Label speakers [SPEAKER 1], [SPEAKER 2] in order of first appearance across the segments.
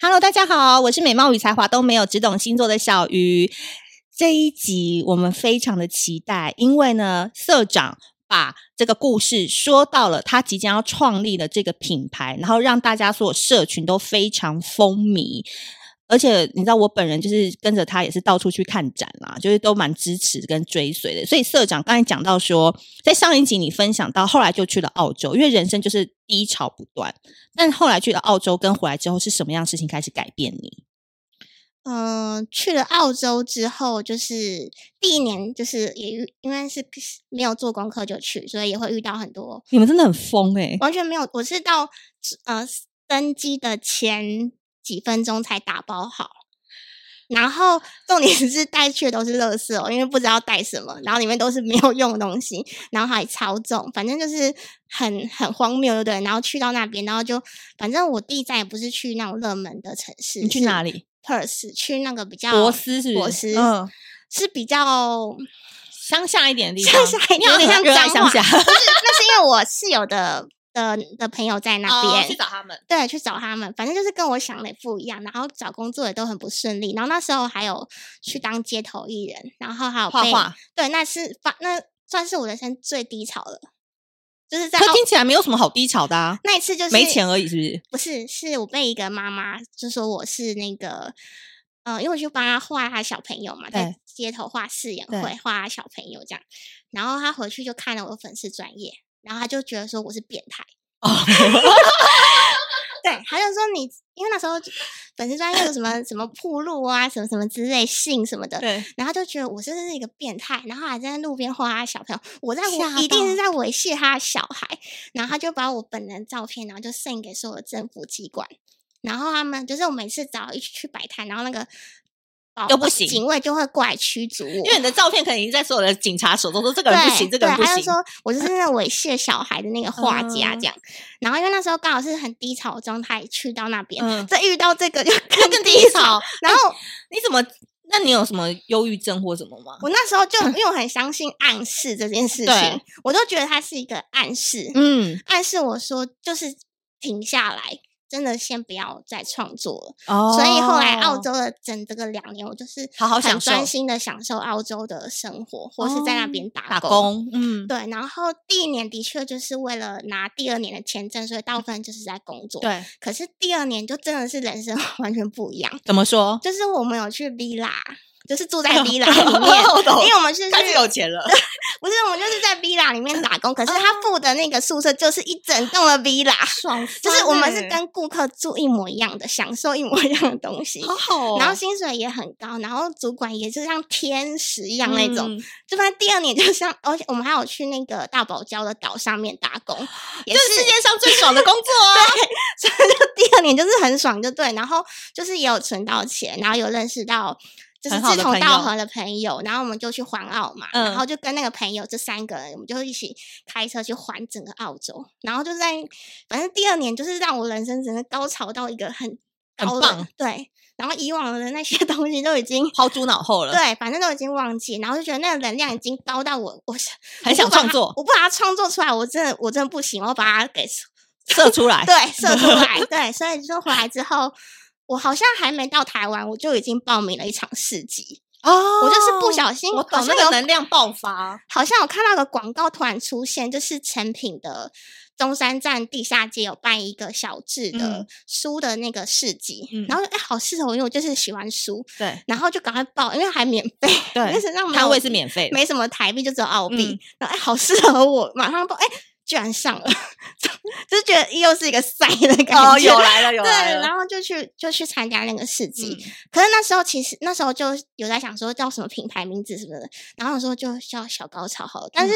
[SPEAKER 1] Hello，大家好，我是美貌与才华都没有，只懂星座的小鱼。这一集我们非常的期待，因为呢，社长把这个故事说到了他即将要创立的这个品牌，然后让大家所有社群都非常风靡。而且你知道，我本人就是跟着他，也是到处去看展啦，就是都蛮支持跟追随的。所以社长刚才讲到说，在上一集你分享到，后来就去了澳洲，因为人生就是低潮不断。但后来去了澳洲跟回来之后，是什么样的事情开始改变你？
[SPEAKER 2] 嗯、去了澳洲之后，就是第一年，就是也遇，因为是没有做功课就去，所以也会遇到很多
[SPEAKER 1] 你们真的很疯哎、
[SPEAKER 2] 完全没有。我是到呃登机的前几分钟才打包好，然后重点是带去的都是垃圾哦，因为不知道带什么，然后里面都是没有用的东西，然后还超重，反正就是很很荒谬，对不对？然后去到那边，然后就反正我弟再也不是去那种热门的城市，
[SPEAKER 1] 你去哪里？
[SPEAKER 2] ？Perth 去那个比较
[SPEAKER 1] 博斯是不是
[SPEAKER 2] 博斯
[SPEAKER 1] 嗯，
[SPEAKER 2] 是比较
[SPEAKER 1] 乡下一点的地方，
[SPEAKER 2] 乡下一点，
[SPEAKER 1] 你好
[SPEAKER 2] 有点像
[SPEAKER 1] 热爱
[SPEAKER 2] 彰
[SPEAKER 1] 啊乡
[SPEAKER 2] 化。
[SPEAKER 1] 下
[SPEAKER 2] 不是，那是因为我室友的的的朋友
[SPEAKER 1] 哦
[SPEAKER 2] 在那边、
[SPEAKER 1] 他们。
[SPEAKER 2] 对，去找他们，反正就是跟我想的不一样。然后找工作也都很不顺利。然后那时候还有去当街头艺人，然后还有
[SPEAKER 1] 画
[SPEAKER 2] 被
[SPEAKER 1] 画，
[SPEAKER 2] 对，那是发那算是我人生最低潮了，就是在
[SPEAKER 1] 可
[SPEAKER 2] 澳
[SPEAKER 1] 听起来没有什么好低潮的啊，
[SPEAKER 2] 那一次就是
[SPEAKER 1] 没钱而已，是不是？
[SPEAKER 2] 不是，是我被一个妈妈就说我是那个，呃，因为我去帮她画她小朋友嘛，在
[SPEAKER 1] 对
[SPEAKER 2] 街头画饰演
[SPEAKER 1] 对
[SPEAKER 2] 会，画她小朋友这样。然后她回去就看了我的粉丝专业，然后她就觉得说我是变态。
[SPEAKER 1] 哦，
[SPEAKER 2] 对，她就说你，因为那时候就粉丝专业有什么什么铺路啊，什么什么之类性什么的，
[SPEAKER 1] 对，
[SPEAKER 2] 然后就觉得我真的是一个变态，然后还在路边画他小朋友，我在
[SPEAKER 1] 吓
[SPEAKER 2] 我一定是
[SPEAKER 1] 到
[SPEAKER 2] 在猥亵他的小孩，然后他就把我本人照片，然后就送给所有的政府机关，然后他们就是我每次只要一起去摆摊，然后那个保
[SPEAKER 1] 又不
[SPEAKER 2] 保
[SPEAKER 1] 行
[SPEAKER 2] 警卫就会过来驱逐我，
[SPEAKER 1] 因为你的照片可能已经在所有的警察手中，说这个人不行，这
[SPEAKER 2] 对
[SPEAKER 1] 个人
[SPEAKER 2] 对，
[SPEAKER 1] 不
[SPEAKER 2] 他就
[SPEAKER 1] 行。嗯
[SPEAKER 2] 说我就是那猥亵小孩的那个画家这样，然后因为那时候刚好是很低潮的状态，去到那边。
[SPEAKER 1] 嗯，
[SPEAKER 2] 再遇到这个就更
[SPEAKER 1] 更低
[SPEAKER 2] 低
[SPEAKER 1] 潮
[SPEAKER 2] 潮，然后
[SPEAKER 1] 你怎么？那你有什么忧郁症或什么吗？
[SPEAKER 2] 我那时候就因为我很相信暗示这件事
[SPEAKER 1] 嗯对
[SPEAKER 2] 情，我都觉得它是一个暗示，
[SPEAKER 1] 嗯，
[SPEAKER 2] 暗示我说就是停下来，真的先不要再创作了。
[SPEAKER 1] 哦
[SPEAKER 2] 所以后来澳洲的整这个两年，我就是
[SPEAKER 1] 好好享
[SPEAKER 2] 很专
[SPEAKER 1] 受
[SPEAKER 2] 心的享受澳洲的生活，或是在那
[SPEAKER 1] 哦
[SPEAKER 2] 边打
[SPEAKER 1] 打工，嗯，
[SPEAKER 2] 对，然后第一年的确就是为了拿第二年的签证，所以大部分就是在工作。，
[SPEAKER 1] 对，
[SPEAKER 2] 可是第二年就真的是人生 完全不一样，
[SPEAKER 1] 怎么说？
[SPEAKER 2] 就是我们有去 villa，就是
[SPEAKER 1] ，
[SPEAKER 2] 住在 villa 里面
[SPEAKER 1] 我懂
[SPEAKER 2] 因为我们是
[SPEAKER 1] 开
[SPEAKER 2] 去
[SPEAKER 1] 始有钱了，
[SPEAKER 2] 不是，我们就是在 villa 里面打工，可是他付的那个宿舍就是一整栋的 villa，
[SPEAKER 1] 嗯爽
[SPEAKER 2] 就是我们是
[SPEAKER 1] 翻欸
[SPEAKER 2] 跟顾客住一模一样的，享受一模一样的东西。
[SPEAKER 1] 好好哦，
[SPEAKER 2] 然后薪水也很高，然后主管也是像天使一样那种。
[SPEAKER 1] 嗯
[SPEAKER 2] 就反正第二年就像，而且我们还有去那个大堡礁的岛上面打工，也
[SPEAKER 1] 这
[SPEAKER 2] 是
[SPEAKER 1] 是世界上最爽的工作啊！
[SPEAKER 2] 所以就第二年就是很爽，就对。然后就是也有存到钱，然后有认识到就是
[SPEAKER 1] 很好
[SPEAKER 2] 志
[SPEAKER 1] 的
[SPEAKER 2] 同
[SPEAKER 1] 朋友
[SPEAKER 2] 道合的朋友，然后我们就去环澳嘛，
[SPEAKER 1] 嗯
[SPEAKER 2] 然后就跟那个朋友这三个人，我们就一起开车去环整个澳洲，然后就在反正第二年就是让我人生整个高潮到一个很
[SPEAKER 1] 很
[SPEAKER 2] 高的
[SPEAKER 1] 棒
[SPEAKER 2] 对。然后以往的那些 东西都已经。
[SPEAKER 1] 抛诸脑后了，，
[SPEAKER 2] 对，反正都已经忘记，然后就觉得那个能量已经高到我，我想
[SPEAKER 1] 很想创作，
[SPEAKER 2] 我不把它创作出来，我真的我真的不行，我把它给
[SPEAKER 1] 射出来，
[SPEAKER 2] 对，射出来，对，所以就回来之后，我好像还没到台湾，我就已经报名了一场市集，
[SPEAKER 1] 哦
[SPEAKER 2] 我就是不小心，
[SPEAKER 1] 我
[SPEAKER 2] 好
[SPEAKER 1] 懂那
[SPEAKER 2] 像
[SPEAKER 1] 个
[SPEAKER 2] 有，
[SPEAKER 1] 能量爆发，
[SPEAKER 2] 好像有看到个广告突然出现，就是成品的中山站地下街有办一个小智的
[SPEAKER 1] 嗯
[SPEAKER 2] 书的那个市集，
[SPEAKER 1] 嗯
[SPEAKER 2] 然后哎、好适合我，因为我就是喜欢书，
[SPEAKER 1] 对
[SPEAKER 2] 然后就赶快报，因为还免费，那
[SPEAKER 1] 对，
[SPEAKER 2] 身上没
[SPEAKER 1] 摊
[SPEAKER 2] 有
[SPEAKER 1] 位是免费的，
[SPEAKER 2] 没什么台币，就只有澳币。
[SPEAKER 1] 嗯
[SPEAKER 2] 然后哎，好适合我，马上报哎，居然上了，就觉得又是一个赛的感觉。
[SPEAKER 1] 哦，有来了，有
[SPEAKER 2] 对，
[SPEAKER 1] 来了，
[SPEAKER 2] 然后就去就去参加那个市集。
[SPEAKER 1] 嗯
[SPEAKER 2] 可是那时候其实那时候就有在想说叫什么品牌名字什么的，然后我说就叫小高潮好了。
[SPEAKER 1] 嗯
[SPEAKER 2] 但是、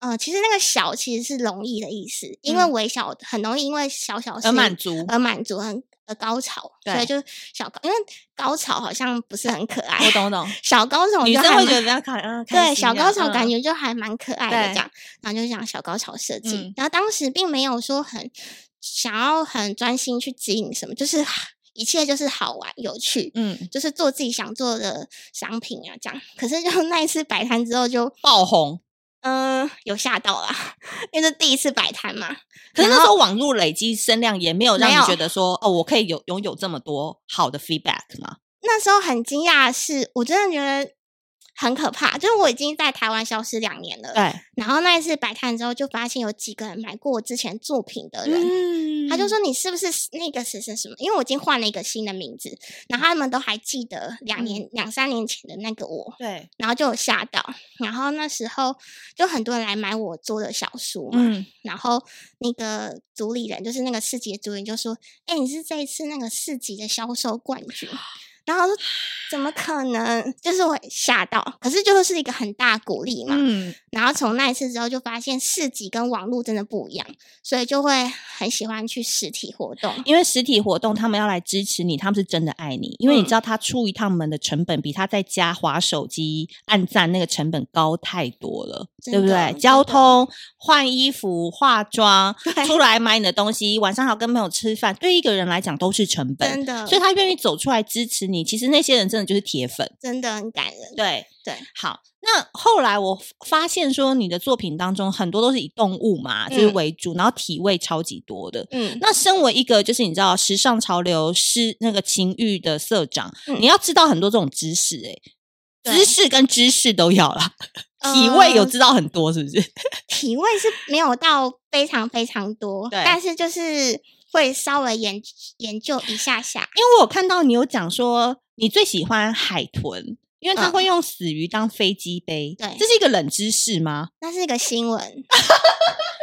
[SPEAKER 2] 呃，其实那个小其实是容易的意思，因为
[SPEAKER 1] 嗯
[SPEAKER 2] 微小很容易因为小小
[SPEAKER 1] 而
[SPEAKER 2] 事
[SPEAKER 1] 满足，
[SPEAKER 2] 而满足很而高潮，所
[SPEAKER 1] 对
[SPEAKER 2] 以就小高，因为高潮好像不是很可
[SPEAKER 1] 我
[SPEAKER 2] 爱，
[SPEAKER 1] 懂我 懂，
[SPEAKER 2] 小高潮
[SPEAKER 1] 女
[SPEAKER 2] 就
[SPEAKER 1] 生
[SPEAKER 2] 还
[SPEAKER 1] 会
[SPEAKER 2] 蛮
[SPEAKER 1] 觉得比较可嗯，开
[SPEAKER 2] 对，
[SPEAKER 1] 心
[SPEAKER 2] 小
[SPEAKER 1] 这样
[SPEAKER 2] 高潮感
[SPEAKER 1] 嗯
[SPEAKER 2] 觉就还蛮可爱的
[SPEAKER 1] 对
[SPEAKER 2] 这样，然后就讲小高潮设计，
[SPEAKER 1] 嗯
[SPEAKER 2] 然后当时并没有说很想要很专心去指引什么，就是 一切就是好玩有趣，
[SPEAKER 1] 嗯
[SPEAKER 2] 就是 做自己想做的商品啊这样。可是就那一次摆摊之后就
[SPEAKER 1] 爆红，
[SPEAKER 2] 嗯、有吓到啦，因为这第一次摆摊嘛。
[SPEAKER 1] 可是那
[SPEAKER 2] 然
[SPEAKER 1] 时
[SPEAKER 2] 后
[SPEAKER 1] 候网络累积声量也没有让
[SPEAKER 2] 没
[SPEAKER 1] 你
[SPEAKER 2] 有
[SPEAKER 1] 觉得说，哦，我可以有拥有这么多好的 feedback 吗？
[SPEAKER 2] 那时候很惊讶的是，我真的觉得很可怕，就是我已经在台湾消失两年了。
[SPEAKER 1] 对，
[SPEAKER 2] 然后那一次摆摊之后，就发现有几个人买过我之前作品的人，
[SPEAKER 1] 嗯
[SPEAKER 2] 他就说你是不是那个谁谁什么？因为我已经换了一个新的名字，然后他们都还记得
[SPEAKER 1] 嗯
[SPEAKER 2] 两年、两三年前的那个我，
[SPEAKER 1] 对，
[SPEAKER 2] 然后就有吓到。然后那时候就很多人来买我做的小书嘛，
[SPEAKER 1] 嗯，
[SPEAKER 2] 然后那个主理人就是那个市集的主理人就说：“哎、你是这一次那个市集的销售冠军。”然后我说：“怎么可能？”就是我吓到，可是就是一个很大的鼓励嘛。
[SPEAKER 1] 嗯，
[SPEAKER 2] 然后从那一次之后，就发现市集跟网络真的不一样，所以就会很喜欢去实体活动。
[SPEAKER 1] 因为实体活动他们要来支持你，他们是真的爱你，因为你
[SPEAKER 2] 嗯
[SPEAKER 1] 知道他出一趟门的成本比他在家划手机、按赞那个成本高太多了，
[SPEAKER 2] 真
[SPEAKER 1] 对不
[SPEAKER 2] 的
[SPEAKER 1] 对？
[SPEAKER 2] 真
[SPEAKER 1] 交
[SPEAKER 2] 的
[SPEAKER 1] 通、换衣服、化妆
[SPEAKER 2] 对，
[SPEAKER 1] 出来买你的东西，晚上还要跟朋友吃饭，对一个人来讲都是成本。
[SPEAKER 2] 真的，
[SPEAKER 1] 所以他愿意走出来支持你，其实那些人真的就是铁粉。
[SPEAKER 2] 真的很感人。
[SPEAKER 1] 对
[SPEAKER 2] 对，
[SPEAKER 1] 好，那后来我发现说，你的作品当中很多都是以动物嘛，就是
[SPEAKER 2] 嗯
[SPEAKER 1] 为主，然后体味超级多的。
[SPEAKER 2] 嗯，
[SPEAKER 1] 那身为一个就是你知道时尚潮流是那个情欲的社长，
[SPEAKER 2] 嗯
[SPEAKER 1] 你要知道很多这种知识、欸，哎，知
[SPEAKER 2] 对
[SPEAKER 1] 识跟知识都要啦。体味有
[SPEAKER 2] 呃
[SPEAKER 1] 知道很多 是不是？
[SPEAKER 2] 体味是没有到非常非常多，
[SPEAKER 1] 对
[SPEAKER 2] 但是就是会稍微研研究一下下。
[SPEAKER 1] 因为我有看到你有讲说你最喜欢海豚，因为它
[SPEAKER 2] 嗯
[SPEAKER 1] 会用死鱼当飞机杯，
[SPEAKER 2] 对
[SPEAKER 1] 这是一个冷知识吗？
[SPEAKER 2] 那是一个新闻，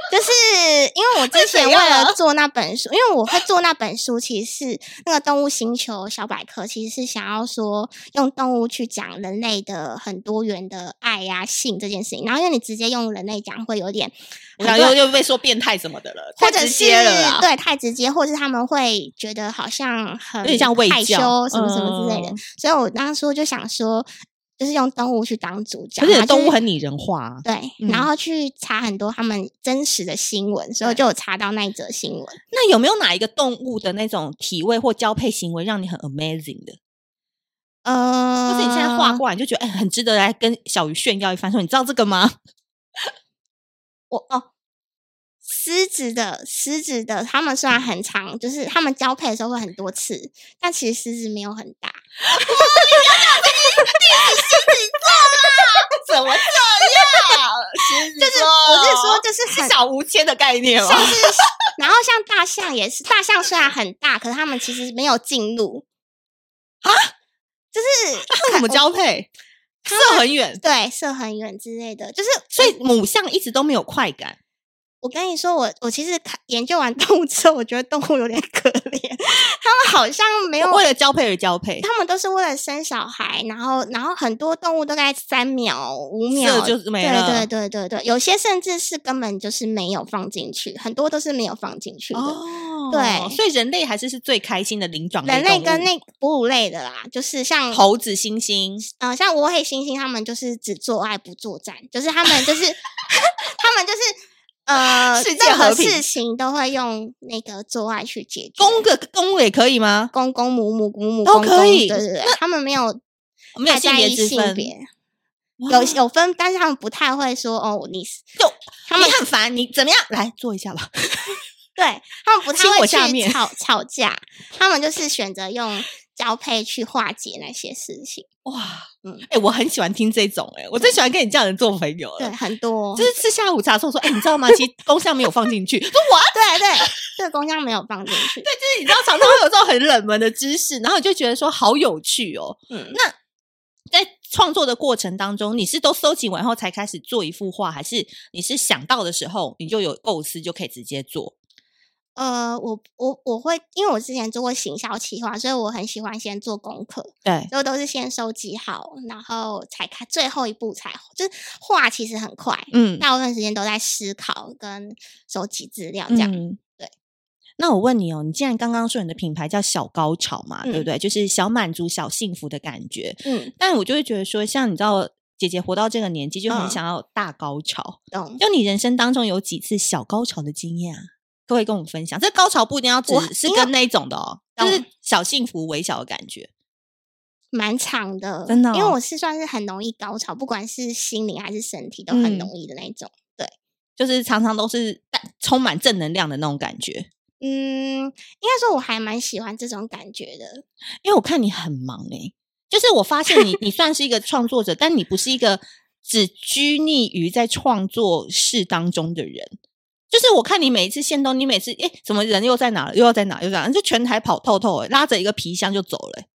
[SPEAKER 2] 就是因为我之
[SPEAKER 1] 怎
[SPEAKER 2] 前为了
[SPEAKER 1] 样
[SPEAKER 2] 做那本书，因为我会做那本书，其实是那个《动物星球小百科》，其实是想要说用动物去讲人类的很多元的爱呀、性这件事情。然后因为你直接用人类讲，会有点
[SPEAKER 1] 我
[SPEAKER 2] 很
[SPEAKER 1] 想
[SPEAKER 2] 多
[SPEAKER 1] 又
[SPEAKER 2] 人
[SPEAKER 1] 又被说变态什么的 了，
[SPEAKER 2] 或
[SPEAKER 1] 太
[SPEAKER 2] 者
[SPEAKER 1] 直
[SPEAKER 2] 是
[SPEAKER 1] 接了啦，啊
[SPEAKER 2] 对太直接，或者是他们会觉得好像很
[SPEAKER 1] 有点像喂
[SPEAKER 2] 害羞
[SPEAKER 1] 教
[SPEAKER 2] 什么什么之类的。
[SPEAKER 1] 嗯
[SPEAKER 2] 所以我当初就想说，就是用动物去当主角，
[SPEAKER 1] 而且
[SPEAKER 2] 然后就
[SPEAKER 1] 动
[SPEAKER 2] 是
[SPEAKER 1] 物很拟人化啊、
[SPEAKER 2] 对，
[SPEAKER 1] 嗯
[SPEAKER 2] 然后去查很多他们真实的新闻，所以我就有查到那一则新闻。
[SPEAKER 1] 那有没有哪一个动物的那种体味或交配行为让你很 amazing 的？
[SPEAKER 2] 呃，
[SPEAKER 1] 或是你现在画，过来，你就觉得哎、很值得来跟小鱼炫耀一番，说你知道这个 吗？
[SPEAKER 2] 我哦，狮子的狮子的，他们
[SPEAKER 1] 嗯
[SPEAKER 2] 虽然很长，就是他们交配的时候会很多次，但其实狮子没有很大。
[SPEAKER 1] 怎么这样？就是哦
[SPEAKER 2] 我是说，就是很
[SPEAKER 1] 小无牵的概念吗？
[SPEAKER 2] 像是，然后像大象也是，大象虽然很大，可是他们其实没有进入
[SPEAKER 1] 那怎么交 配？射很远，
[SPEAKER 2] 对射很远之类的，就是
[SPEAKER 1] 所以母象一直都没有快感。
[SPEAKER 2] 我跟你说，我我其实看研究完动物之后，我觉得动物有点可怜，它们好像没有，
[SPEAKER 1] 为了交配而交配，
[SPEAKER 2] 它们都是为了生小孩，然后然后很多动物都在三秒、五秒
[SPEAKER 1] 就没了
[SPEAKER 2] 对对对对对，有些甚至是根本就是没有放进去，很多都是没有放进去的。
[SPEAKER 1] 哦
[SPEAKER 2] 对
[SPEAKER 1] 所以人类还是是最开心的灵长
[SPEAKER 2] 人类
[SPEAKER 1] 动
[SPEAKER 2] 跟
[SPEAKER 1] 物
[SPEAKER 2] 那哺乳类的啦，就是像
[SPEAKER 1] 猴子、猩猩，
[SPEAKER 2] 呃，像窝黑猩猩，他们就是只做爱不作战，就是他们就是 他们就是呃，
[SPEAKER 1] 世界
[SPEAKER 2] 任
[SPEAKER 1] 和
[SPEAKER 2] 何
[SPEAKER 1] 平
[SPEAKER 2] 事情都会用那个做爱去解决。
[SPEAKER 1] 公的公的也可以吗？
[SPEAKER 2] 公公母母公母
[SPEAKER 1] 都
[SPEAKER 2] 公公
[SPEAKER 1] 可以
[SPEAKER 2] 对对对，他们没有
[SPEAKER 1] 没有
[SPEAKER 2] 太
[SPEAKER 1] 性
[SPEAKER 2] 在
[SPEAKER 1] 别
[SPEAKER 2] 意
[SPEAKER 1] 之
[SPEAKER 2] 性
[SPEAKER 1] 分，
[SPEAKER 2] 别，
[SPEAKER 1] 哇
[SPEAKER 2] 有有分，但是他们不太会说哦，你是
[SPEAKER 1] 就
[SPEAKER 2] 他们
[SPEAKER 1] 你很烦，你怎么样？来做一下吧。
[SPEAKER 2] 对他们不
[SPEAKER 1] 亲
[SPEAKER 2] 太
[SPEAKER 1] 我
[SPEAKER 2] 会
[SPEAKER 1] 下
[SPEAKER 2] 去
[SPEAKER 1] 面
[SPEAKER 2] 吵吵架，他们就是选择用交配去化解那些事情，
[SPEAKER 1] 哇，嗯
[SPEAKER 2] 嗯，
[SPEAKER 1] 哎、我很喜欢听这种、哎，我最喜欢跟你这样的人做朋友
[SPEAKER 2] 对，
[SPEAKER 1] 了。
[SPEAKER 2] 很多，
[SPEAKER 1] 就是吃下午茶的时候说，哎、你知道吗？其实公象没有放进去。说我，
[SPEAKER 2] 对对，这个公象没有放进去，
[SPEAKER 1] 就是你知道，常常会有这种很冷门的知识，然后你就觉得说好有趣哦。
[SPEAKER 2] 嗯，
[SPEAKER 1] 在创作的过程当中，你是都搜集完后才开始做一幅画，还是你是想到的时候你就有构思就可以直接做？
[SPEAKER 2] 呃，我我我会，因为我之前做过行销企划，所以我很喜欢先做功课，
[SPEAKER 1] 对，
[SPEAKER 2] 所以都是先收集好，然后才看最后一步才就是画，其实很快，
[SPEAKER 1] 嗯，
[SPEAKER 2] 大部分时间都在思考跟收集资料这样。
[SPEAKER 1] 嗯
[SPEAKER 2] 对。
[SPEAKER 1] 那我问你哦，你既然刚刚说你的品牌叫小高潮嘛，对不
[SPEAKER 2] 嗯
[SPEAKER 1] 对？就是小满足、小幸福的感觉。
[SPEAKER 2] 嗯，
[SPEAKER 1] 但我就会觉得说，像你知道，姐姐活到这个年纪，就很
[SPEAKER 2] 嗯
[SPEAKER 1] 想要有大高潮。
[SPEAKER 2] 懂。
[SPEAKER 1] 就你人生当中有几次小高潮的经验啊？可不可以跟我们分享？这高潮不一定要只
[SPEAKER 2] 我嗯
[SPEAKER 1] 是
[SPEAKER 2] 因为
[SPEAKER 1] 跟那一种的哦，就
[SPEAKER 2] 懂
[SPEAKER 1] 是小幸福微小的感觉。
[SPEAKER 2] 蛮长的，
[SPEAKER 1] 真的
[SPEAKER 2] 因为
[SPEAKER 1] 哦
[SPEAKER 2] 我是算是很容易高潮，不管是心灵还是身体都很
[SPEAKER 1] 嗯
[SPEAKER 2] 容易的那一种。
[SPEAKER 1] 就是常常都是带充满正能量的那种感觉。
[SPEAKER 2] 嗯，应该说我还蛮喜欢这种感觉的。
[SPEAKER 1] 因为我看你很忙诶、就是我发现你， 你算是一个创作者，但你不是一个只拘泥于在创作室当中的人。就是我看你每一次线动，你每次诶、怎么人又在哪了，又要在哪，又在哪，就全台跑透透、欸，拉着一个皮箱就走了欸、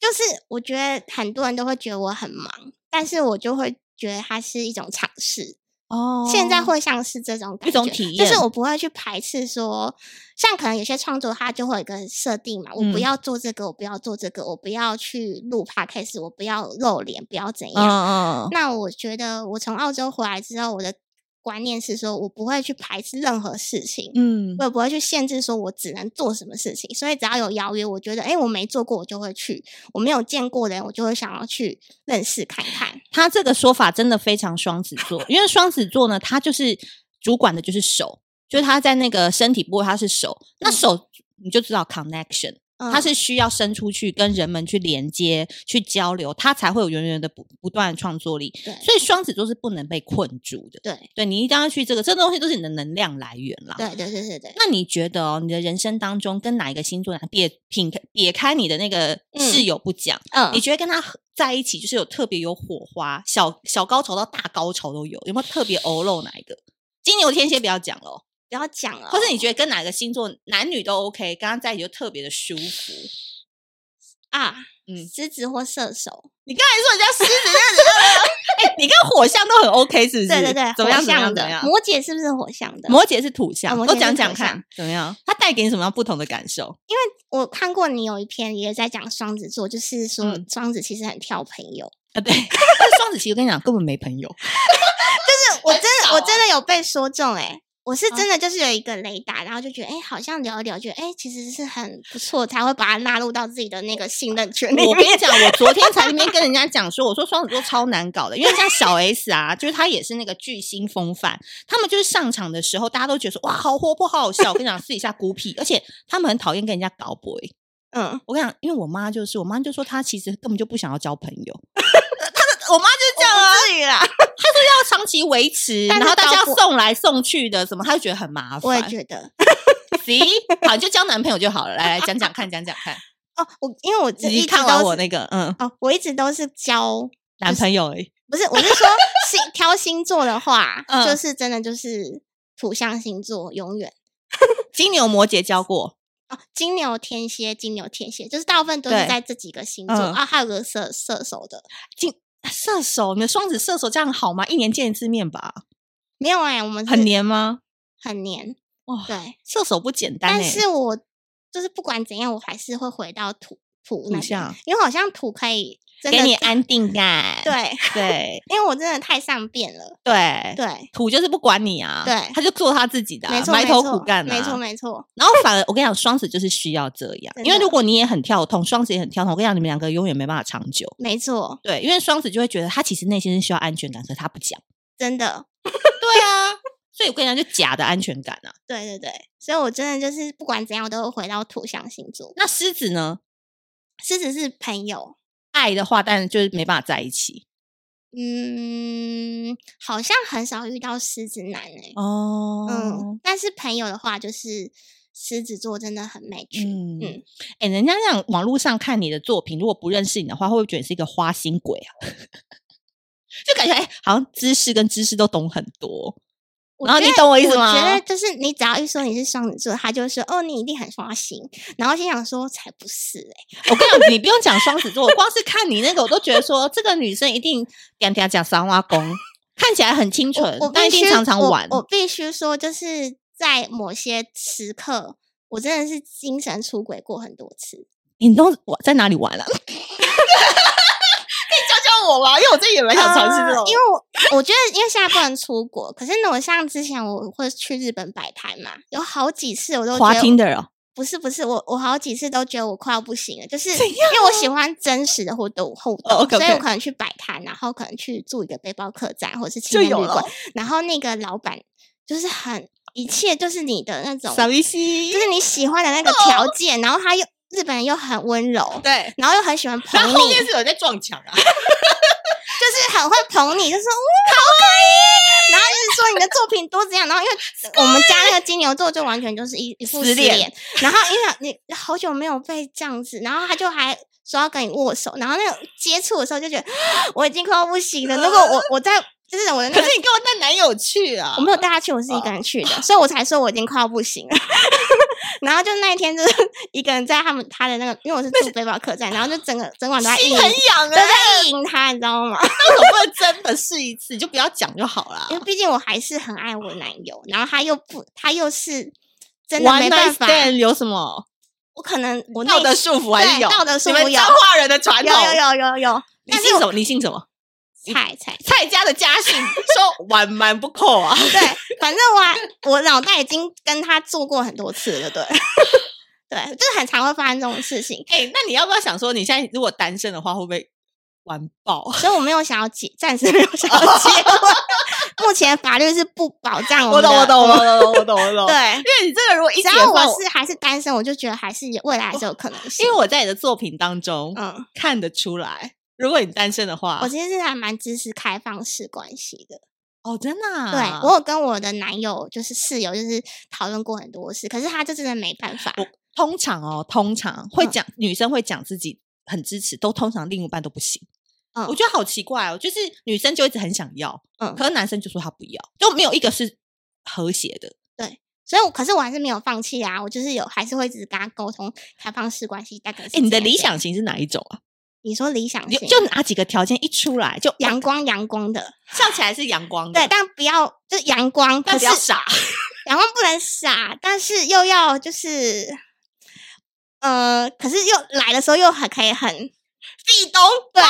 [SPEAKER 2] 就是我觉得很多人都会觉得我很忙，但是我就会觉得它是一种尝试。
[SPEAKER 1] 哦
[SPEAKER 2] 现在会像是这种感
[SPEAKER 1] 一种
[SPEAKER 2] 觉
[SPEAKER 1] 体
[SPEAKER 2] 就是
[SPEAKER 1] 验
[SPEAKER 2] 我不会去排斥说，像可能有些创作它就会有一个设定嘛，我不
[SPEAKER 1] 嗯
[SPEAKER 2] 要做这个，我不要做这个，我不要去录 podcast，我不要露脸，不要怎
[SPEAKER 1] 嗯
[SPEAKER 2] 样。
[SPEAKER 1] 嗯，嗯
[SPEAKER 2] 那我觉得我从澳洲回来之后，我的观念是说我不会去排斥任何事情。
[SPEAKER 1] 嗯
[SPEAKER 2] 我也不会去限制说我只能做什么事情，所以只要有邀约，我觉得哎、诶我没做过，我就会去；我没有见过的人，我就会想要去认识看看。
[SPEAKER 1] 他这个说法真的非常双子座，因为双子座呢，他就是主管的就是手，就是他在那个身体部位他是手，那
[SPEAKER 2] 嗯
[SPEAKER 1] 手你就知道 connection，、
[SPEAKER 2] 嗯、
[SPEAKER 1] 他是需要伸出去跟人们去连接、去交流，他才会有源源的不不断的创作力。
[SPEAKER 2] 对
[SPEAKER 1] 所以双子座是不能被困住的，
[SPEAKER 2] 对
[SPEAKER 1] 对你一定要去这个，这东西都是你的能量来源啦。
[SPEAKER 2] 对对对对对，
[SPEAKER 1] 那你觉得哦，你的人生当中跟哪一个星座，别撇撇开你的那个室
[SPEAKER 2] 嗯
[SPEAKER 1] 友不讲，
[SPEAKER 2] 嗯
[SPEAKER 1] 你觉得跟他合在一起就是有特别有火花，小小高潮到大高潮都有，有没有特别欧露哪一个？金牛天蝎不要讲了，
[SPEAKER 2] 不要讲了，哦
[SPEAKER 1] 或是你觉得跟哪个星座男女都 OK，跟他在一起就特别的舒服。
[SPEAKER 2] 啊，
[SPEAKER 1] 嗯
[SPEAKER 2] 狮子或射手，
[SPEAKER 1] 你刚才说人家狮子，人家人家，哎、你跟火象都很 OK 是不是？
[SPEAKER 2] 啊对对对，
[SPEAKER 1] 怎么样？
[SPEAKER 2] 火
[SPEAKER 1] 怎么样？
[SPEAKER 2] 象
[SPEAKER 1] 怎么
[SPEAKER 2] 的
[SPEAKER 1] 样？
[SPEAKER 2] 摩羯是不是火象的？
[SPEAKER 1] 摩羯是土象，
[SPEAKER 2] 啊摩
[SPEAKER 1] 都
[SPEAKER 2] 羯
[SPEAKER 1] 讲
[SPEAKER 2] 是
[SPEAKER 1] 讲
[SPEAKER 2] 土
[SPEAKER 1] 看
[SPEAKER 2] 象
[SPEAKER 1] 怎么样？它带给你什么样不同的感受？
[SPEAKER 2] 我看过你有一篇也在讲双子座，就是说
[SPEAKER 1] 嗯
[SPEAKER 2] 双子其实很挑朋友。
[SPEAKER 1] 啊，对， 但是双子其实我跟你讲根本没朋友，很
[SPEAKER 2] 我真的、
[SPEAKER 1] 少
[SPEAKER 2] 我
[SPEAKER 1] 啊
[SPEAKER 2] 真的有被说中哎、我是
[SPEAKER 1] 啊
[SPEAKER 2] 真的就是有一个雷达，然后就觉得哎、好像聊一聊，觉得哎、其实是很不错，才会把它纳入到自己的那个信任 圈里
[SPEAKER 1] 我跟
[SPEAKER 2] 面。
[SPEAKER 1] 你讲，我昨天才那边跟人家讲说，我说双子座超难搞的，因为像小 S 啊，就是他也是那个巨星风范，他们就是上场的时候，大家都觉得说哇，好活泼，好好笑。我跟你讲，私底下孤僻，而且他们很讨厌跟人家搞 boy。
[SPEAKER 2] 嗯，
[SPEAKER 1] 我跟你讲，因为我妈就是，我妈就说她其实根本就不想要交朋友， 她的我妈就是这样啊，
[SPEAKER 2] 至于啦，
[SPEAKER 1] 要长期维持，
[SPEAKER 2] 但
[SPEAKER 1] 然
[SPEAKER 2] 是
[SPEAKER 1] 后大家
[SPEAKER 2] 交
[SPEAKER 1] 要
[SPEAKER 2] 不
[SPEAKER 1] 送来送去的什么，她就觉得很啊麻烦。
[SPEAKER 2] 我也觉得
[SPEAKER 1] See，好，你就交男朋友就好了。来来讲讲看，讲讲看，
[SPEAKER 2] 哦，我因为我这
[SPEAKER 1] 你
[SPEAKER 2] 一直
[SPEAKER 1] 看完
[SPEAKER 2] 都
[SPEAKER 1] 我
[SPEAKER 2] 是
[SPEAKER 1] 那个嗯
[SPEAKER 2] 哦，我一直都是教，
[SPEAKER 1] 男朋友而已。
[SPEAKER 2] 不是，我是说星挑星座的话，
[SPEAKER 1] 嗯
[SPEAKER 2] 就是真的就是土象星座永远。
[SPEAKER 1] 金牛摩羯交过。
[SPEAKER 2] 哦，金牛、天蝎、金牛、天蝎，就是大部分都是
[SPEAKER 1] 对
[SPEAKER 2] 在这几个星座、
[SPEAKER 1] 嗯
[SPEAKER 2] 啊，还有个射射手的，
[SPEAKER 1] 射手，你的双子射手这样好吗？一年见一次面吧，
[SPEAKER 2] 没有哎、我们是
[SPEAKER 1] 很黏吗？
[SPEAKER 2] 很黏，
[SPEAKER 1] 哇，
[SPEAKER 2] 对。
[SPEAKER 1] 射手不简单、欸，
[SPEAKER 2] 但是我就是不管怎样，我还是会回到土土那
[SPEAKER 1] 土
[SPEAKER 2] 边
[SPEAKER 1] 象，
[SPEAKER 2] 因为好像土可以真
[SPEAKER 1] 给
[SPEAKER 2] 的
[SPEAKER 1] 你安定感，
[SPEAKER 2] 对，
[SPEAKER 1] 对
[SPEAKER 2] 因为我真的太善变了，
[SPEAKER 1] 对
[SPEAKER 2] 对，
[SPEAKER 1] 土就是不管你啊，
[SPEAKER 2] 对
[SPEAKER 1] 他就做他自己的啊、
[SPEAKER 2] 没错，
[SPEAKER 1] 埋
[SPEAKER 2] 没
[SPEAKER 1] 头
[SPEAKER 2] 错，
[SPEAKER 1] 苦干、啊，
[SPEAKER 2] 没错，。没错，
[SPEAKER 1] 然后反而我跟你讲，双子就是需要这样，
[SPEAKER 2] 真
[SPEAKER 1] 因为
[SPEAKER 2] 的
[SPEAKER 1] 如果你也很跳痛，双子也很跳痛，我跟你讲，你们两个永远没办法长久。
[SPEAKER 2] 没错，
[SPEAKER 1] 对，因为双子就会觉得他其实内心是需要安全感，可是他不讲。
[SPEAKER 2] 真的，
[SPEAKER 1] 对啊，所以我跟你讲，就假的安全感啊。
[SPEAKER 2] 对对对，所以我真的就是不管怎样，我都会回到土象星座。
[SPEAKER 1] 那狮子呢？
[SPEAKER 2] 狮子是朋友，
[SPEAKER 1] 爱的话，当然就是没办法在一起
[SPEAKER 2] 嗯，好像很少遇到狮子男诶、
[SPEAKER 1] 哦
[SPEAKER 2] 嗯，但是朋友的话，就是狮子座真的很 match，
[SPEAKER 1] 嗯
[SPEAKER 2] 嗯，
[SPEAKER 1] 哎、人家这样网络上看你的作品，如果不认识你的话，会不会觉得你是一个花心鬼啊？ 就感觉哎、好像知识跟知识都懂很多。
[SPEAKER 2] 我
[SPEAKER 1] 然后
[SPEAKER 2] 觉
[SPEAKER 1] 你
[SPEAKER 2] 得
[SPEAKER 1] 懂我意思
[SPEAKER 2] 我觉
[SPEAKER 1] 吗
[SPEAKER 2] 得就是你只要一说你是双子座，他就会说哦，你一定很花心。然后心想说才不是哎、
[SPEAKER 1] 我跟你讲，你不用讲双子座，我光是看你那个，我都觉得说这个女生一定嗲嗲讲三挖工，看起来很清纯
[SPEAKER 2] 我，
[SPEAKER 1] 但呃
[SPEAKER 2] 必
[SPEAKER 1] 一定
[SPEAKER 2] 须
[SPEAKER 1] 常常玩。
[SPEAKER 2] 我。我必须说，就是在某些时刻，我真的是精神出轨过很多次。
[SPEAKER 1] 你都我在哪里玩了、啊？可 以教教我吧，因为我自己也蛮
[SPEAKER 2] 呃因为我我觉得，因为现在不能出国，可是呢，我像之前我会去日本摆摊嘛，有好几次我都
[SPEAKER 1] 滑
[SPEAKER 2] 觉得
[SPEAKER 1] 听的哦。
[SPEAKER 2] 不是不是，我我好几次都觉得我快要不行了，就是因
[SPEAKER 1] 怎
[SPEAKER 2] 为我喜欢真实的互动互动，
[SPEAKER 1] 哦，OK，OK
[SPEAKER 2] 所以我可能去摆摊，然后可能去住一个背包客栈或者是青
[SPEAKER 1] 就
[SPEAKER 2] 年
[SPEAKER 1] 有
[SPEAKER 2] 旅
[SPEAKER 1] 了
[SPEAKER 2] 馆，然后那个老板就是很一切就是你的那种，
[SPEAKER 1] 傻
[SPEAKER 2] 就
[SPEAKER 1] 逼西，哦
[SPEAKER 2] 是你喜欢的那个条件，然后他又日本人又很温柔，
[SPEAKER 1] 对，
[SPEAKER 2] 然后又很喜欢捧
[SPEAKER 1] 然
[SPEAKER 2] 你，
[SPEAKER 1] 后后面是有人在撞墙啊，
[SPEAKER 2] 就是很会捧你，就说哇好可以，然后就是说你的作品多怎样，然后因为我们家那个金牛座就完全就是一一副
[SPEAKER 3] 失
[SPEAKER 2] 失
[SPEAKER 3] 恋
[SPEAKER 2] 恋，然后因为你好久没有被这样子，然后他就还。说要跟你握手，然后那种接触的时候就觉得我已经快要不行了。如果我我在就是我的那
[SPEAKER 1] 可
[SPEAKER 2] 个
[SPEAKER 1] 是你跟我带男友去啊
[SPEAKER 2] 我？没有带他去，我是一个人去的，所以我才说我已经快要不行了。 然后就那一天就是一个人在他们他的那个，因为我是住背包客栈，然后就整个整晚都在意
[SPEAKER 1] 心
[SPEAKER 2] 淫，
[SPEAKER 1] 很
[SPEAKER 2] 都
[SPEAKER 1] 痒啊，
[SPEAKER 2] 在意淫他，你知道吗？
[SPEAKER 1] 那总不能真的试一次，你就不要讲就好啦
[SPEAKER 2] 因。为毕竟我还是很爱我男友，然后他又不，他又是 真的
[SPEAKER 1] One
[SPEAKER 2] 没
[SPEAKER 1] night
[SPEAKER 2] 办法，
[SPEAKER 1] stand 有什么
[SPEAKER 2] 我可能我内
[SPEAKER 1] 道德
[SPEAKER 2] 心
[SPEAKER 1] 束缚还是
[SPEAKER 2] 对
[SPEAKER 1] 有？
[SPEAKER 2] 道德束
[SPEAKER 1] 你
[SPEAKER 2] 缚
[SPEAKER 1] 们
[SPEAKER 2] 有
[SPEAKER 1] 彰化人的传
[SPEAKER 2] 有
[SPEAKER 1] 统，
[SPEAKER 2] 有有有有
[SPEAKER 3] 你姓什么？你姓什么？
[SPEAKER 2] 菜 菜，
[SPEAKER 1] 蔡家的家训说晚蛮不扣啊。
[SPEAKER 2] 对，反正我还我脑袋已经跟他做过很多次了，对。 对，就是很常会发生这种事情，
[SPEAKER 1] 哎、那你要不要想说，你现在如果单身的话，会不会完爆？
[SPEAKER 2] 所以我没有想要结，暂时没有想要结 婚。目前法律是不保障
[SPEAKER 1] 我
[SPEAKER 2] 们的
[SPEAKER 1] 懂，我懂，我 懂，我懂，我懂。，
[SPEAKER 2] 对，
[SPEAKER 1] 因为你这个如果一
[SPEAKER 2] 只
[SPEAKER 1] 结
[SPEAKER 2] 要
[SPEAKER 1] 婚，
[SPEAKER 2] 我是还是单身，我就觉得还是有未来还是有可能性。
[SPEAKER 1] 因为我在你的作品当中、
[SPEAKER 2] 嗯，
[SPEAKER 1] 看得出来，如果你单身的话
[SPEAKER 2] 我，其实是还蛮支持开放式关系的。
[SPEAKER 1] 哦，真的、啊，
[SPEAKER 2] 对我有跟我的男友就是室友就是讨论过很多事，可是他就真的没办法。
[SPEAKER 1] 我通常哦，通常会
[SPEAKER 2] 嗯
[SPEAKER 1] 讲、女生会讲自己很支持，都通常另一半都不行。
[SPEAKER 2] 嗯
[SPEAKER 1] 我觉得好奇怪哦，就是女生就一直很想要，
[SPEAKER 2] 嗯
[SPEAKER 1] 可是男生就说他不要，就没有一个是和谐的。
[SPEAKER 2] 所以我，可是我还是没有放弃啊！我就是有，还是会一直跟他沟通开放式关系，大概是。
[SPEAKER 1] 哎、你的理，想型是哪一种啊？
[SPEAKER 2] 你说理想
[SPEAKER 1] 你
[SPEAKER 2] 型，啊
[SPEAKER 1] 就哪几个条件一出来就
[SPEAKER 2] 阳光阳光的，
[SPEAKER 1] 笑起来是阳光的，
[SPEAKER 2] 对，但不要就是阳光，
[SPEAKER 1] 嗯但不
[SPEAKER 2] 可是
[SPEAKER 1] 要傻。
[SPEAKER 2] 阳光不能傻，但是又要就是，呃，可是又来的时候又很可以很壁咚，对，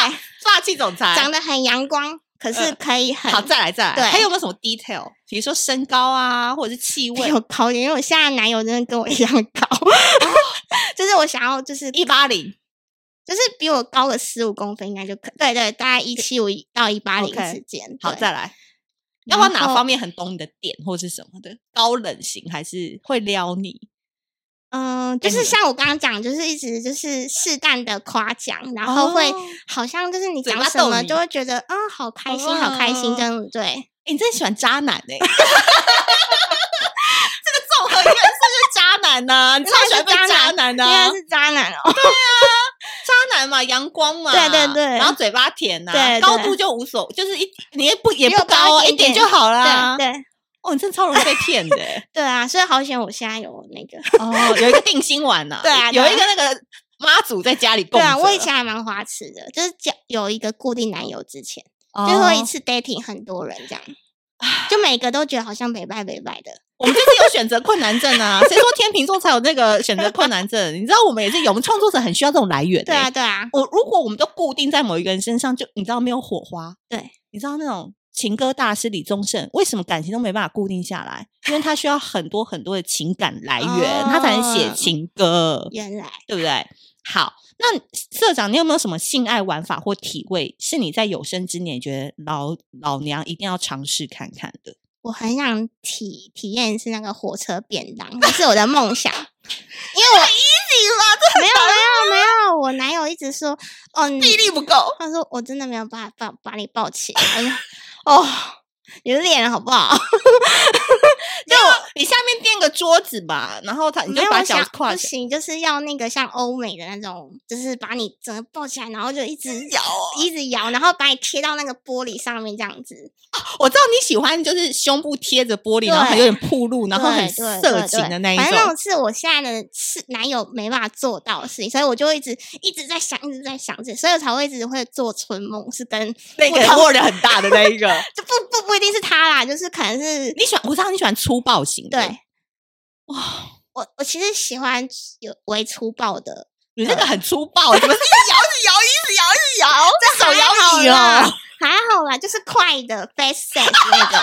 [SPEAKER 1] 霸气总裁，
[SPEAKER 2] 长得很阳光，可是
[SPEAKER 1] 嗯
[SPEAKER 2] 可以很、
[SPEAKER 1] 好，再来再
[SPEAKER 2] 对
[SPEAKER 1] 来，还有没有什么 detail？比如说身高啊，或者是气味
[SPEAKER 2] 有，高一点，因为我现在男友真的跟我一样高，
[SPEAKER 1] 哦
[SPEAKER 2] 就是我想要就是
[SPEAKER 1] 一八零，
[SPEAKER 2] 就是比我高个十五公分应该就可，对对，大概一七五到一八零
[SPEAKER 1] OK，
[SPEAKER 2] 之间。
[SPEAKER 1] 好，
[SPEAKER 2] 对
[SPEAKER 1] 再来。要不要
[SPEAKER 2] 然
[SPEAKER 1] 哪
[SPEAKER 2] 后
[SPEAKER 1] 方面很懂你的点，或是什么的？高冷型还是会撩你？
[SPEAKER 2] 嗯，就
[SPEAKER 1] 跟
[SPEAKER 2] 是
[SPEAKER 1] 哎你
[SPEAKER 2] 像我刚刚讲，就是一直就是适当的夸奖，然后会、
[SPEAKER 1] 哦
[SPEAKER 2] 好像就是你
[SPEAKER 1] 嘴
[SPEAKER 2] 讲
[SPEAKER 1] 巴
[SPEAKER 2] 什
[SPEAKER 1] 逗
[SPEAKER 2] 么
[SPEAKER 1] 你哦
[SPEAKER 2] 就会觉得啊、好开心，好开心，这样子对。
[SPEAKER 1] 欸，你真的喜欢渣男 哎、欸！这个综合元素就是渣男呐、你超喜欢被渣男呐、
[SPEAKER 2] 原来是渣男哦，
[SPEAKER 1] 渣男嘛，阳光嘛，
[SPEAKER 2] 对对对
[SPEAKER 1] 然后嘴巴甜呐、
[SPEAKER 2] 对对
[SPEAKER 1] 高度就无所，就是一你也不也
[SPEAKER 2] 只有
[SPEAKER 1] 不高
[SPEAKER 2] 高
[SPEAKER 1] 啊，
[SPEAKER 2] 一
[SPEAKER 1] 一
[SPEAKER 2] 点
[SPEAKER 1] 点就好啦。
[SPEAKER 2] 对对
[SPEAKER 1] 哦，你真的超容易被骗的、 欸、
[SPEAKER 2] 对啊，所以好险我现在有 那个，
[SPEAKER 1] 哦，有一个定心丸呐、
[SPEAKER 2] 对啊对
[SPEAKER 1] 有
[SPEAKER 2] 啊
[SPEAKER 1] 一个那个妈祖在家里供
[SPEAKER 2] 对
[SPEAKER 1] 着
[SPEAKER 2] 啊，我以前还蛮花痴的，就是交有一个固定男友之前，
[SPEAKER 1] 哦
[SPEAKER 2] 最后一次 dating 很多人这样，就每个都觉得好像北拜北拜的，
[SPEAKER 1] 我们就是有选择困难症啊，谁说天秤座才有那个选择困难症？你知道我们也是有，我们创作者很需要这种来源、欸。
[SPEAKER 2] 对啊对啊，
[SPEAKER 1] 我如果我们都固定在某一个人身上，就你知道没有火花，
[SPEAKER 2] 对，
[SPEAKER 1] 你知道那种情歌大师李宗盛为什么感情都没办法固定下来？因为他需要很多很多的情感来源，他才能写
[SPEAKER 2] 哦
[SPEAKER 1] 情歌，
[SPEAKER 2] 原来
[SPEAKER 1] 对不对？好，那社长，你有没有什么性爱玩法或体位是你在有生之年觉得老老娘一定要尝试看看的？
[SPEAKER 2] 我很想体体验是那个火车便当，这是我的 梦想。因为我 easy 吗？这没有没有没有，我男友一直说，哦，你
[SPEAKER 1] 力不够，
[SPEAKER 2] 他说我真的没有办法把把你抱起来， 我就哦，你的脸好不好？
[SPEAKER 1] 就你下面垫个桌子吧，然后他你
[SPEAKER 2] 没
[SPEAKER 1] 就
[SPEAKER 2] 有
[SPEAKER 1] 把
[SPEAKER 2] 我
[SPEAKER 1] 脚
[SPEAKER 2] 想
[SPEAKER 1] 跨
[SPEAKER 2] 不
[SPEAKER 1] 起
[SPEAKER 2] 行，就是要那个像欧美的那种，就是把你整个抱起来，然后就一直
[SPEAKER 1] 摇哦
[SPEAKER 2] 一直摇，然后把你贴到那个玻璃上面这样子。
[SPEAKER 1] 来。我知道你喜欢就是胸部贴着玻璃，然后
[SPEAKER 2] 对
[SPEAKER 1] 还有点暴露，然后
[SPEAKER 2] 对
[SPEAKER 1] 很
[SPEAKER 2] 对
[SPEAKER 1] 色
[SPEAKER 2] 对
[SPEAKER 1] 情
[SPEAKER 2] 对
[SPEAKER 1] 的那一种。
[SPEAKER 2] 反正那种是我现在的是男友没办法做到的事情，所以我就一直一直在想，一直在想这，所以我才会一直会做春梦，是跟
[SPEAKER 1] 那
[SPEAKER 2] 不
[SPEAKER 1] 个
[SPEAKER 2] 同
[SPEAKER 1] 握的很大的那一 个。
[SPEAKER 2] 就不不不一定是他啦，就是可能是
[SPEAKER 1] 你喜欢，我知道你喜欢粗暴型的。
[SPEAKER 2] 对，
[SPEAKER 1] 哇，
[SPEAKER 2] 我我其实喜欢有为粗暴的，
[SPEAKER 1] 你那个很粗暴，怎么是
[SPEAKER 2] 摇这
[SPEAKER 1] 手
[SPEAKER 2] 还
[SPEAKER 1] 摇
[SPEAKER 2] 好
[SPEAKER 1] 椅
[SPEAKER 2] 啦
[SPEAKER 1] 哦？
[SPEAKER 2] 还好啦，就是快的 fast sex 那种，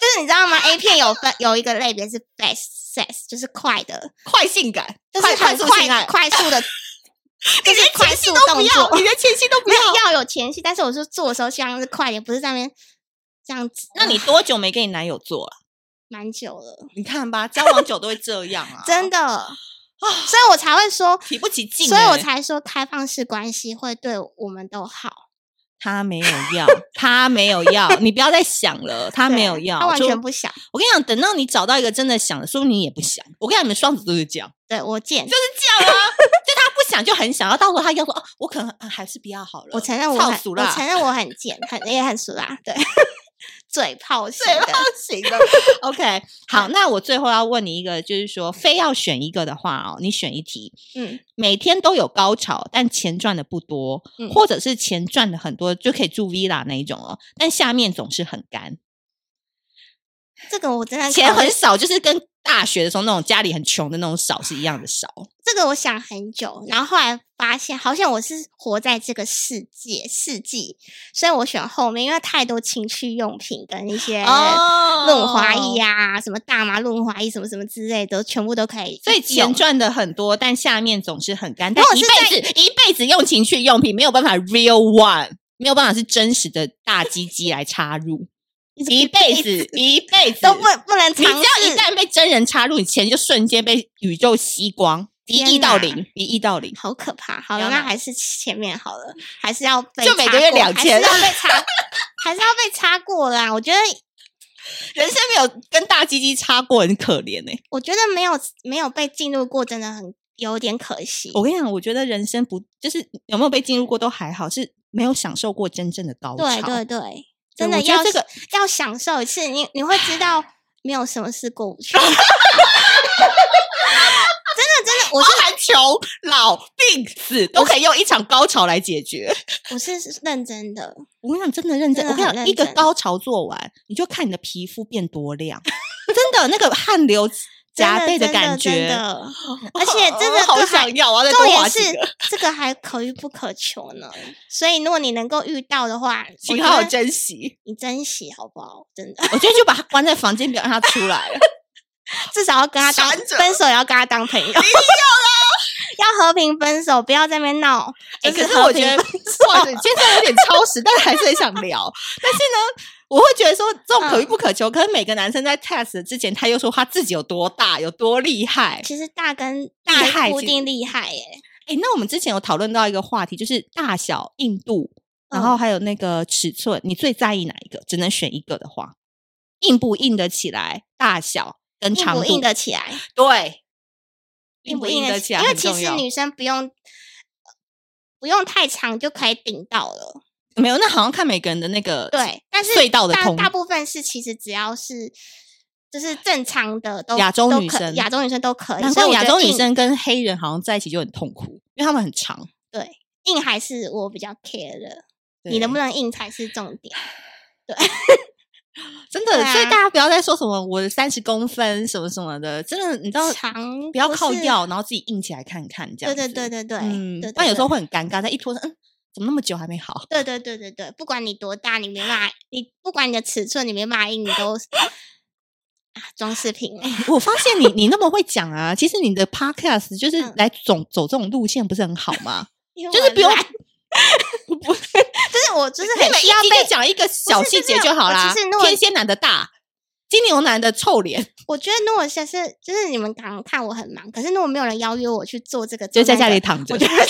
[SPEAKER 2] 就是你知道吗？A 片有分有一个类别是 fast sex，就是快的，
[SPEAKER 1] 快性 感，
[SPEAKER 2] 就
[SPEAKER 1] 快
[SPEAKER 2] 是
[SPEAKER 1] 快
[SPEAKER 2] 很
[SPEAKER 1] 速
[SPEAKER 2] 快
[SPEAKER 1] 性爱，
[SPEAKER 2] 快速的，就是
[SPEAKER 1] 连
[SPEAKER 2] 快
[SPEAKER 1] 前戏
[SPEAKER 2] 速
[SPEAKER 1] 都不
[SPEAKER 2] 动
[SPEAKER 1] 要，
[SPEAKER 2] 作
[SPEAKER 1] 你。连前戏都不
[SPEAKER 2] 没
[SPEAKER 1] 要。
[SPEAKER 2] 有要有前戏，但是我说做的时候希望是快点，不是在那边这样子。
[SPEAKER 1] 那你多久没跟你男友做了？
[SPEAKER 2] 蛮久了，
[SPEAKER 1] 你看吧，交往久都会这样啊，
[SPEAKER 2] 真的所以我才会说，
[SPEAKER 1] 提不起劲欸、
[SPEAKER 2] 所以我才说开放式关系会对我们都好。
[SPEAKER 1] 他没有要，他没有 要，你不要再想了，他没有
[SPEAKER 2] 对
[SPEAKER 1] 要，
[SPEAKER 2] 他完
[SPEAKER 1] 就
[SPEAKER 2] 全不想。
[SPEAKER 1] 我跟你讲，等到你找到一个真的想的，说不定你也不想。我跟你讲，你们双子都是这样，
[SPEAKER 2] 对我贱，
[SPEAKER 1] 这样啊，就他不想就很想要，到时候他要说哦，我可能、啊、还是不要好了。
[SPEAKER 2] 我承认我
[SPEAKER 1] 操
[SPEAKER 2] 很，
[SPEAKER 1] 俗
[SPEAKER 2] 我
[SPEAKER 1] 啦
[SPEAKER 2] 承认我很贱，很也很俗啦，对， 嘴炮型
[SPEAKER 1] 嘴
[SPEAKER 2] 的，
[SPEAKER 1] 行了 ，OK，好，那我最后要问你一个，就是说，非要选一个的话哦，你选一题，
[SPEAKER 2] 嗯，
[SPEAKER 1] 每天都有高潮，但钱赚的不多，
[SPEAKER 2] 嗯
[SPEAKER 1] 或者是钱赚的很多就可以住 villa 那一种哦，但下面总是很干，
[SPEAKER 2] 这个我真的
[SPEAKER 1] 钱
[SPEAKER 2] 考虑
[SPEAKER 1] 很少，就是跟大学的时候那种家里很穷的那种少是一样的 少。
[SPEAKER 2] 这个我想很久，然后后来发现，好像我是活在这个世界世纪，所以我选后面，因为太多情趣用品跟一些
[SPEAKER 1] 哦
[SPEAKER 2] 润滑液啊，什么大麻润滑液什么什么之类的，全部都可以。
[SPEAKER 1] 所以钱，赚的很多，但下面总是很干。但
[SPEAKER 2] 果
[SPEAKER 1] 一
[SPEAKER 2] 是
[SPEAKER 1] 辈子一辈子用情趣用品，没有办法 real one，没有办法是真实的大鸡鸡来插入，一辈子一辈子
[SPEAKER 2] 都不不能
[SPEAKER 1] 你只
[SPEAKER 2] 尝
[SPEAKER 1] 要一
[SPEAKER 2] 试，
[SPEAKER 1] 旦被真人插入，你钱就瞬间被宇宙吸光，一
[SPEAKER 2] 天
[SPEAKER 1] 亿到
[SPEAKER 2] 哪
[SPEAKER 1] 零，一亿到零。
[SPEAKER 2] 好可怕。好
[SPEAKER 1] 不要
[SPEAKER 2] 了，
[SPEAKER 1] 拿嗯
[SPEAKER 2] 那还是前面好了，还是要被
[SPEAKER 1] 就每
[SPEAKER 2] 插
[SPEAKER 1] 个月啊
[SPEAKER 2] 过
[SPEAKER 1] 2000
[SPEAKER 2] 还是要被插，还是要被插过啦。我觉得，
[SPEAKER 1] 人生没有跟大鸡鸡插过，很可怜哎、
[SPEAKER 2] 我觉得没有没有被进入过，真的很有点可惜。
[SPEAKER 1] 我跟你讲，我觉得人生不就是有没有被进入过都还好，是没有享受过真正的高潮。
[SPEAKER 2] 对对对，真
[SPEAKER 1] 我
[SPEAKER 2] 的
[SPEAKER 1] 觉得
[SPEAKER 2] 要
[SPEAKER 1] 这个
[SPEAKER 2] 要享受一次，你你会知道没有什么事过不去。真的真的，我是
[SPEAKER 1] 含穷、老、病、死都可以用一场高潮来解决。
[SPEAKER 2] 我是认真的，
[SPEAKER 1] 我跟你讲，真的认真，
[SPEAKER 2] 真的
[SPEAKER 1] 我跟你
[SPEAKER 2] 很
[SPEAKER 1] 讲，
[SPEAKER 2] 认
[SPEAKER 1] 一个
[SPEAKER 2] 真
[SPEAKER 1] 高潮做完，你就看你的皮肤变多亮， 真的那个汗流
[SPEAKER 2] 真
[SPEAKER 1] 浃背
[SPEAKER 2] 的真
[SPEAKER 1] 感
[SPEAKER 2] 真
[SPEAKER 1] 觉，
[SPEAKER 2] 的而且真的
[SPEAKER 1] 好
[SPEAKER 2] 这还
[SPEAKER 1] 想要啊！再
[SPEAKER 2] 重
[SPEAKER 1] 多滑
[SPEAKER 2] 点
[SPEAKER 1] 几
[SPEAKER 2] 是
[SPEAKER 1] 个，
[SPEAKER 2] 这个还可遇不可求呢。所以如果你能够遇到的话，我
[SPEAKER 1] 请
[SPEAKER 2] 觉
[SPEAKER 1] 好好
[SPEAKER 2] 得
[SPEAKER 1] 珍惜。
[SPEAKER 2] 你珍惜好不好？真的，
[SPEAKER 1] 我觉得就把它关在房间，不要让它出 来了。
[SPEAKER 2] 至少要跟他当
[SPEAKER 1] 闪着
[SPEAKER 2] 分手，也要跟他当朋友。一定要啦， 要和平分手，不要在那边闹。
[SPEAKER 1] 哎、
[SPEAKER 2] 就
[SPEAKER 1] 可是
[SPEAKER 2] 和
[SPEAKER 1] 我觉
[SPEAKER 2] 平
[SPEAKER 1] 得，
[SPEAKER 2] 分
[SPEAKER 1] 哇，现在有点超时，但还是很想 聊。但是呢，我会觉得说这种可遇不可求。可是每个男生在 test 之前，他又说他自己有多大，有多厉害。
[SPEAKER 2] 其实大跟
[SPEAKER 1] 厉害
[SPEAKER 2] 不
[SPEAKER 1] 其
[SPEAKER 2] 一
[SPEAKER 1] 实
[SPEAKER 2] 定厉害耶、
[SPEAKER 1] 哎、那我们之前有讨论到一个话题，就是大小、硬度，然
[SPEAKER 2] 嗯
[SPEAKER 1] 后还有那个尺寸，你最在意哪一个？只能选一个的话，硬不硬得起来，大小跟
[SPEAKER 2] 硬
[SPEAKER 1] 长
[SPEAKER 2] 不
[SPEAKER 1] 度，
[SPEAKER 2] 硬得起来，
[SPEAKER 1] 对，
[SPEAKER 2] 硬
[SPEAKER 1] 不
[SPEAKER 2] 不
[SPEAKER 1] 硬
[SPEAKER 2] 硬
[SPEAKER 1] 得
[SPEAKER 2] 得
[SPEAKER 1] 起
[SPEAKER 2] 起
[SPEAKER 1] 来
[SPEAKER 2] 来。因为
[SPEAKER 1] 很
[SPEAKER 2] 其
[SPEAKER 1] 重
[SPEAKER 2] 实
[SPEAKER 1] 要。
[SPEAKER 2] 女生不用不用太长就可以顶到了，
[SPEAKER 1] 没有，那好像看每个人的那个
[SPEAKER 2] 对。但是
[SPEAKER 1] 隧道的
[SPEAKER 2] 大
[SPEAKER 1] 通
[SPEAKER 2] 大部分是其实只要是就是正常的都
[SPEAKER 1] 亚洲
[SPEAKER 2] 都
[SPEAKER 1] 女
[SPEAKER 2] 可
[SPEAKER 1] 生
[SPEAKER 2] 亚洲女生都可以。
[SPEAKER 1] 难
[SPEAKER 2] 所
[SPEAKER 1] 怪
[SPEAKER 2] 以我
[SPEAKER 1] 亚
[SPEAKER 2] 觉得
[SPEAKER 1] 洲女
[SPEAKER 2] 硬
[SPEAKER 1] 生跟黑人好像在一起就很痛苦，因为他们很长。
[SPEAKER 2] 硬还是我比较 care 的，你能不能硬才是重点。
[SPEAKER 1] 能真的？
[SPEAKER 2] 对啊
[SPEAKER 1] 所以大家不要再说什么我三十公分什么什么的，真的，你知道
[SPEAKER 2] 长
[SPEAKER 1] 不要
[SPEAKER 2] 不
[SPEAKER 1] 靠
[SPEAKER 2] 是
[SPEAKER 1] 药，然后自己硬起来看看这样
[SPEAKER 2] 对
[SPEAKER 1] 子。
[SPEAKER 2] 对对对对，
[SPEAKER 1] 嗯
[SPEAKER 2] 对，
[SPEAKER 1] 但有时候
[SPEAKER 2] 会。
[SPEAKER 1] 会很尴尬，在一拖，嗯，怎么那么久还没好？
[SPEAKER 2] 对对对对对，不管你多大，你没办法，你不管你的尺寸，你没办法硬，你都是啊装饰品了。
[SPEAKER 1] 我发现你你那么会讲啊，其实你的 podcast 就是
[SPEAKER 2] 嗯
[SPEAKER 1] 来走走这种路线，不是很好 吗？
[SPEAKER 2] 就
[SPEAKER 1] 就是不用，不
[SPEAKER 2] 就是我就是
[SPEAKER 1] 你
[SPEAKER 2] 很
[SPEAKER 1] 每
[SPEAKER 2] 需要
[SPEAKER 1] 一集
[SPEAKER 2] 被
[SPEAKER 1] 就，讲一个小
[SPEAKER 2] 是就
[SPEAKER 1] 细节
[SPEAKER 2] 是
[SPEAKER 1] 就好
[SPEAKER 2] 我
[SPEAKER 1] 啦
[SPEAKER 2] 其实如。果
[SPEAKER 1] 天蝎男的大，金牛男的臭脸，
[SPEAKER 2] 我觉得如果像是就是你们刚看我很忙，可是如果没有人邀约我去做这个，
[SPEAKER 1] 就
[SPEAKER 2] 做
[SPEAKER 1] 在
[SPEAKER 2] 那
[SPEAKER 1] 家
[SPEAKER 2] 个
[SPEAKER 1] 里，躺着。
[SPEAKER 2] 我觉得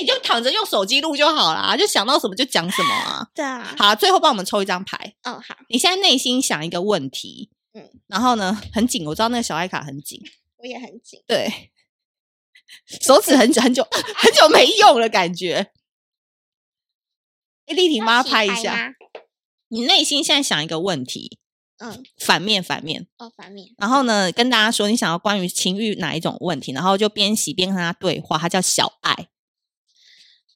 [SPEAKER 1] 你就躺着用手机录就好啦，就想到什么就讲什么啊。
[SPEAKER 2] 对啊，
[SPEAKER 1] 好啊，最后帮我们抽一张牌。
[SPEAKER 2] 哦好，
[SPEAKER 1] 你现在内心想一个问题，嗯
[SPEAKER 2] 嗯，
[SPEAKER 1] 然后呢很紧，我知道那个小爱卡很紧，
[SPEAKER 2] 我也很紧，
[SPEAKER 1] 对，手指很久很久 很久没用了，感觉。哎，丽婷，
[SPEAKER 2] 要
[SPEAKER 1] 妈
[SPEAKER 2] 洗
[SPEAKER 1] 拍一
[SPEAKER 2] 牌
[SPEAKER 1] 下。
[SPEAKER 2] 吗，
[SPEAKER 1] 你内心现在想一个问题，
[SPEAKER 2] 嗯，
[SPEAKER 1] 反面反面，
[SPEAKER 2] 哦反面，
[SPEAKER 1] 然后呢跟大家说你想要关于情欲哪一种问题，然后就边洗边跟他对话，他叫小爱。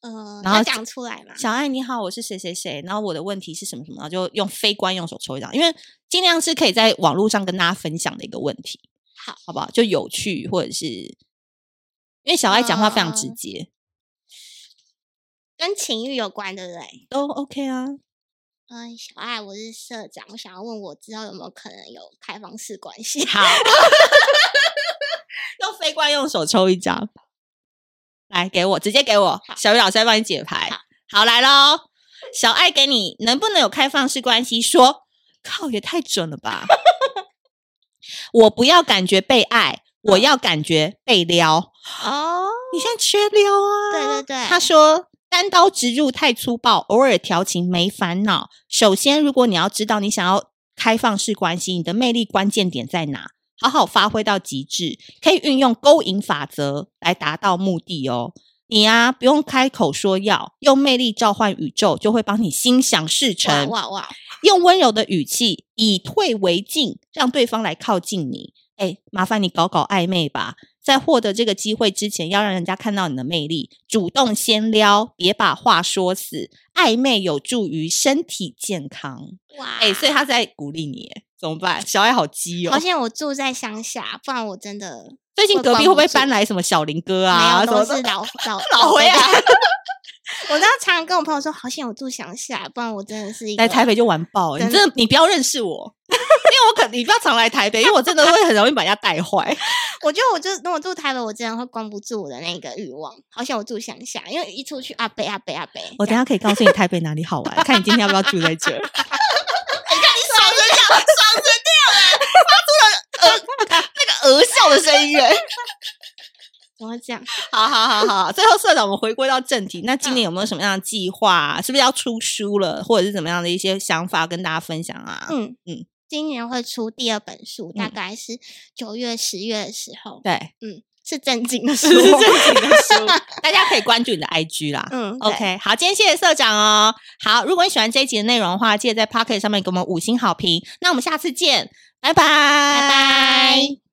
[SPEAKER 2] 呃，
[SPEAKER 1] 然
[SPEAKER 2] 要
[SPEAKER 1] 后
[SPEAKER 2] 讲出来嘛，
[SPEAKER 1] 小爱你好，我是谁谁谁，然后我的问题是什么什么，然后就用非官用手抽一张，因为尽量是可以在网络上跟大家分享的一个问题，
[SPEAKER 2] 好，
[SPEAKER 1] 好不好？就有趣或者是，因为小爱讲话非常直
[SPEAKER 2] 嗯
[SPEAKER 1] 接，
[SPEAKER 2] 跟情欲有关，对不对？
[SPEAKER 1] 都 OK 啊。
[SPEAKER 2] 嗯，小爱，我是社长，我想要问我之后有没有可能有开放式关系？
[SPEAKER 1] 好， 用非官用手抽一张，来给我，直接给我，小雨老师在帮你解牌。好，来喽，小爱给你，能不能有开放式关系？ 说，靠，也太准了吧！我不要感觉被爱，我要感觉被撩。
[SPEAKER 2] 哦，
[SPEAKER 1] 你现在缺撩啊？
[SPEAKER 2] 对对对，
[SPEAKER 1] 他说。单刀直入太粗暴，偶尔调情没烦恼。首先，如果你要知道你想要开放式关系，你的魅力关键点在哪，好好发挥到极致，可以运用勾引法则来达到目的哦。你啊，不用开口说要，用魅力召唤宇宙，就会帮你心想事成。
[SPEAKER 2] 哇哇哇，
[SPEAKER 1] 用温柔的语气，以退为进，让对方来靠近你。哎，麻烦你搞搞暧昧吧，在获得这个机会之前，要让人家看到你的魅力，主动先撩，别把话说死。暧昧有助于身体健康。
[SPEAKER 2] 哇！
[SPEAKER 1] 哎，所以他在鼓励你耶，怎么办？小爱好基
[SPEAKER 2] 好
[SPEAKER 1] 哦。
[SPEAKER 2] 像我住在乡下，不然我真的
[SPEAKER 1] 最近隔壁会不会搬来什么小林哥啊？
[SPEAKER 2] 没有
[SPEAKER 1] 什么的
[SPEAKER 2] 都是老老
[SPEAKER 1] 老啊回来？
[SPEAKER 2] 辈的 我都常常跟我朋友说，好险我住乡下，不然我真的是一个
[SPEAKER 1] 来台北就完爆了。你
[SPEAKER 2] 真
[SPEAKER 1] 真的，你不要认识我， 因为我可你不要常来台北，因为我真的会很容易把人家带坏。
[SPEAKER 2] 我觉得我就如果住台北，我真的会关不住我的那个欲望。好想我住乡下，因为一出去阿北阿北阿北，
[SPEAKER 1] 我等一下可以告诉你台北哪里好玩，看你今天要不要住 在这儿。
[SPEAKER 4] 那个鹅笑的声音，哎，
[SPEAKER 2] 怎么会这样？
[SPEAKER 1] 好好好好，最后社长，我们回归到正题，那今年有没有什么样的计划、啊？是不是要出书了，或者是怎么样的一些想法跟大家分享啊？
[SPEAKER 2] 嗯
[SPEAKER 1] 嗯
[SPEAKER 2] 嗯，今年会出第二本书，大
[SPEAKER 1] 嗯
[SPEAKER 2] 概是九月、十月的时候，
[SPEAKER 1] 对，
[SPEAKER 2] 嗯，是正经的 书，
[SPEAKER 1] 是正经的书，大家可以关注你的 IG 啦。
[SPEAKER 2] 嗯对
[SPEAKER 1] OK，好，今天谢谢社长哦。好，如果你喜欢这一集的内容的话，记得在 Pocket 上面给我们五星好评。那我们下次见，拜拜，拜
[SPEAKER 2] 拜拜。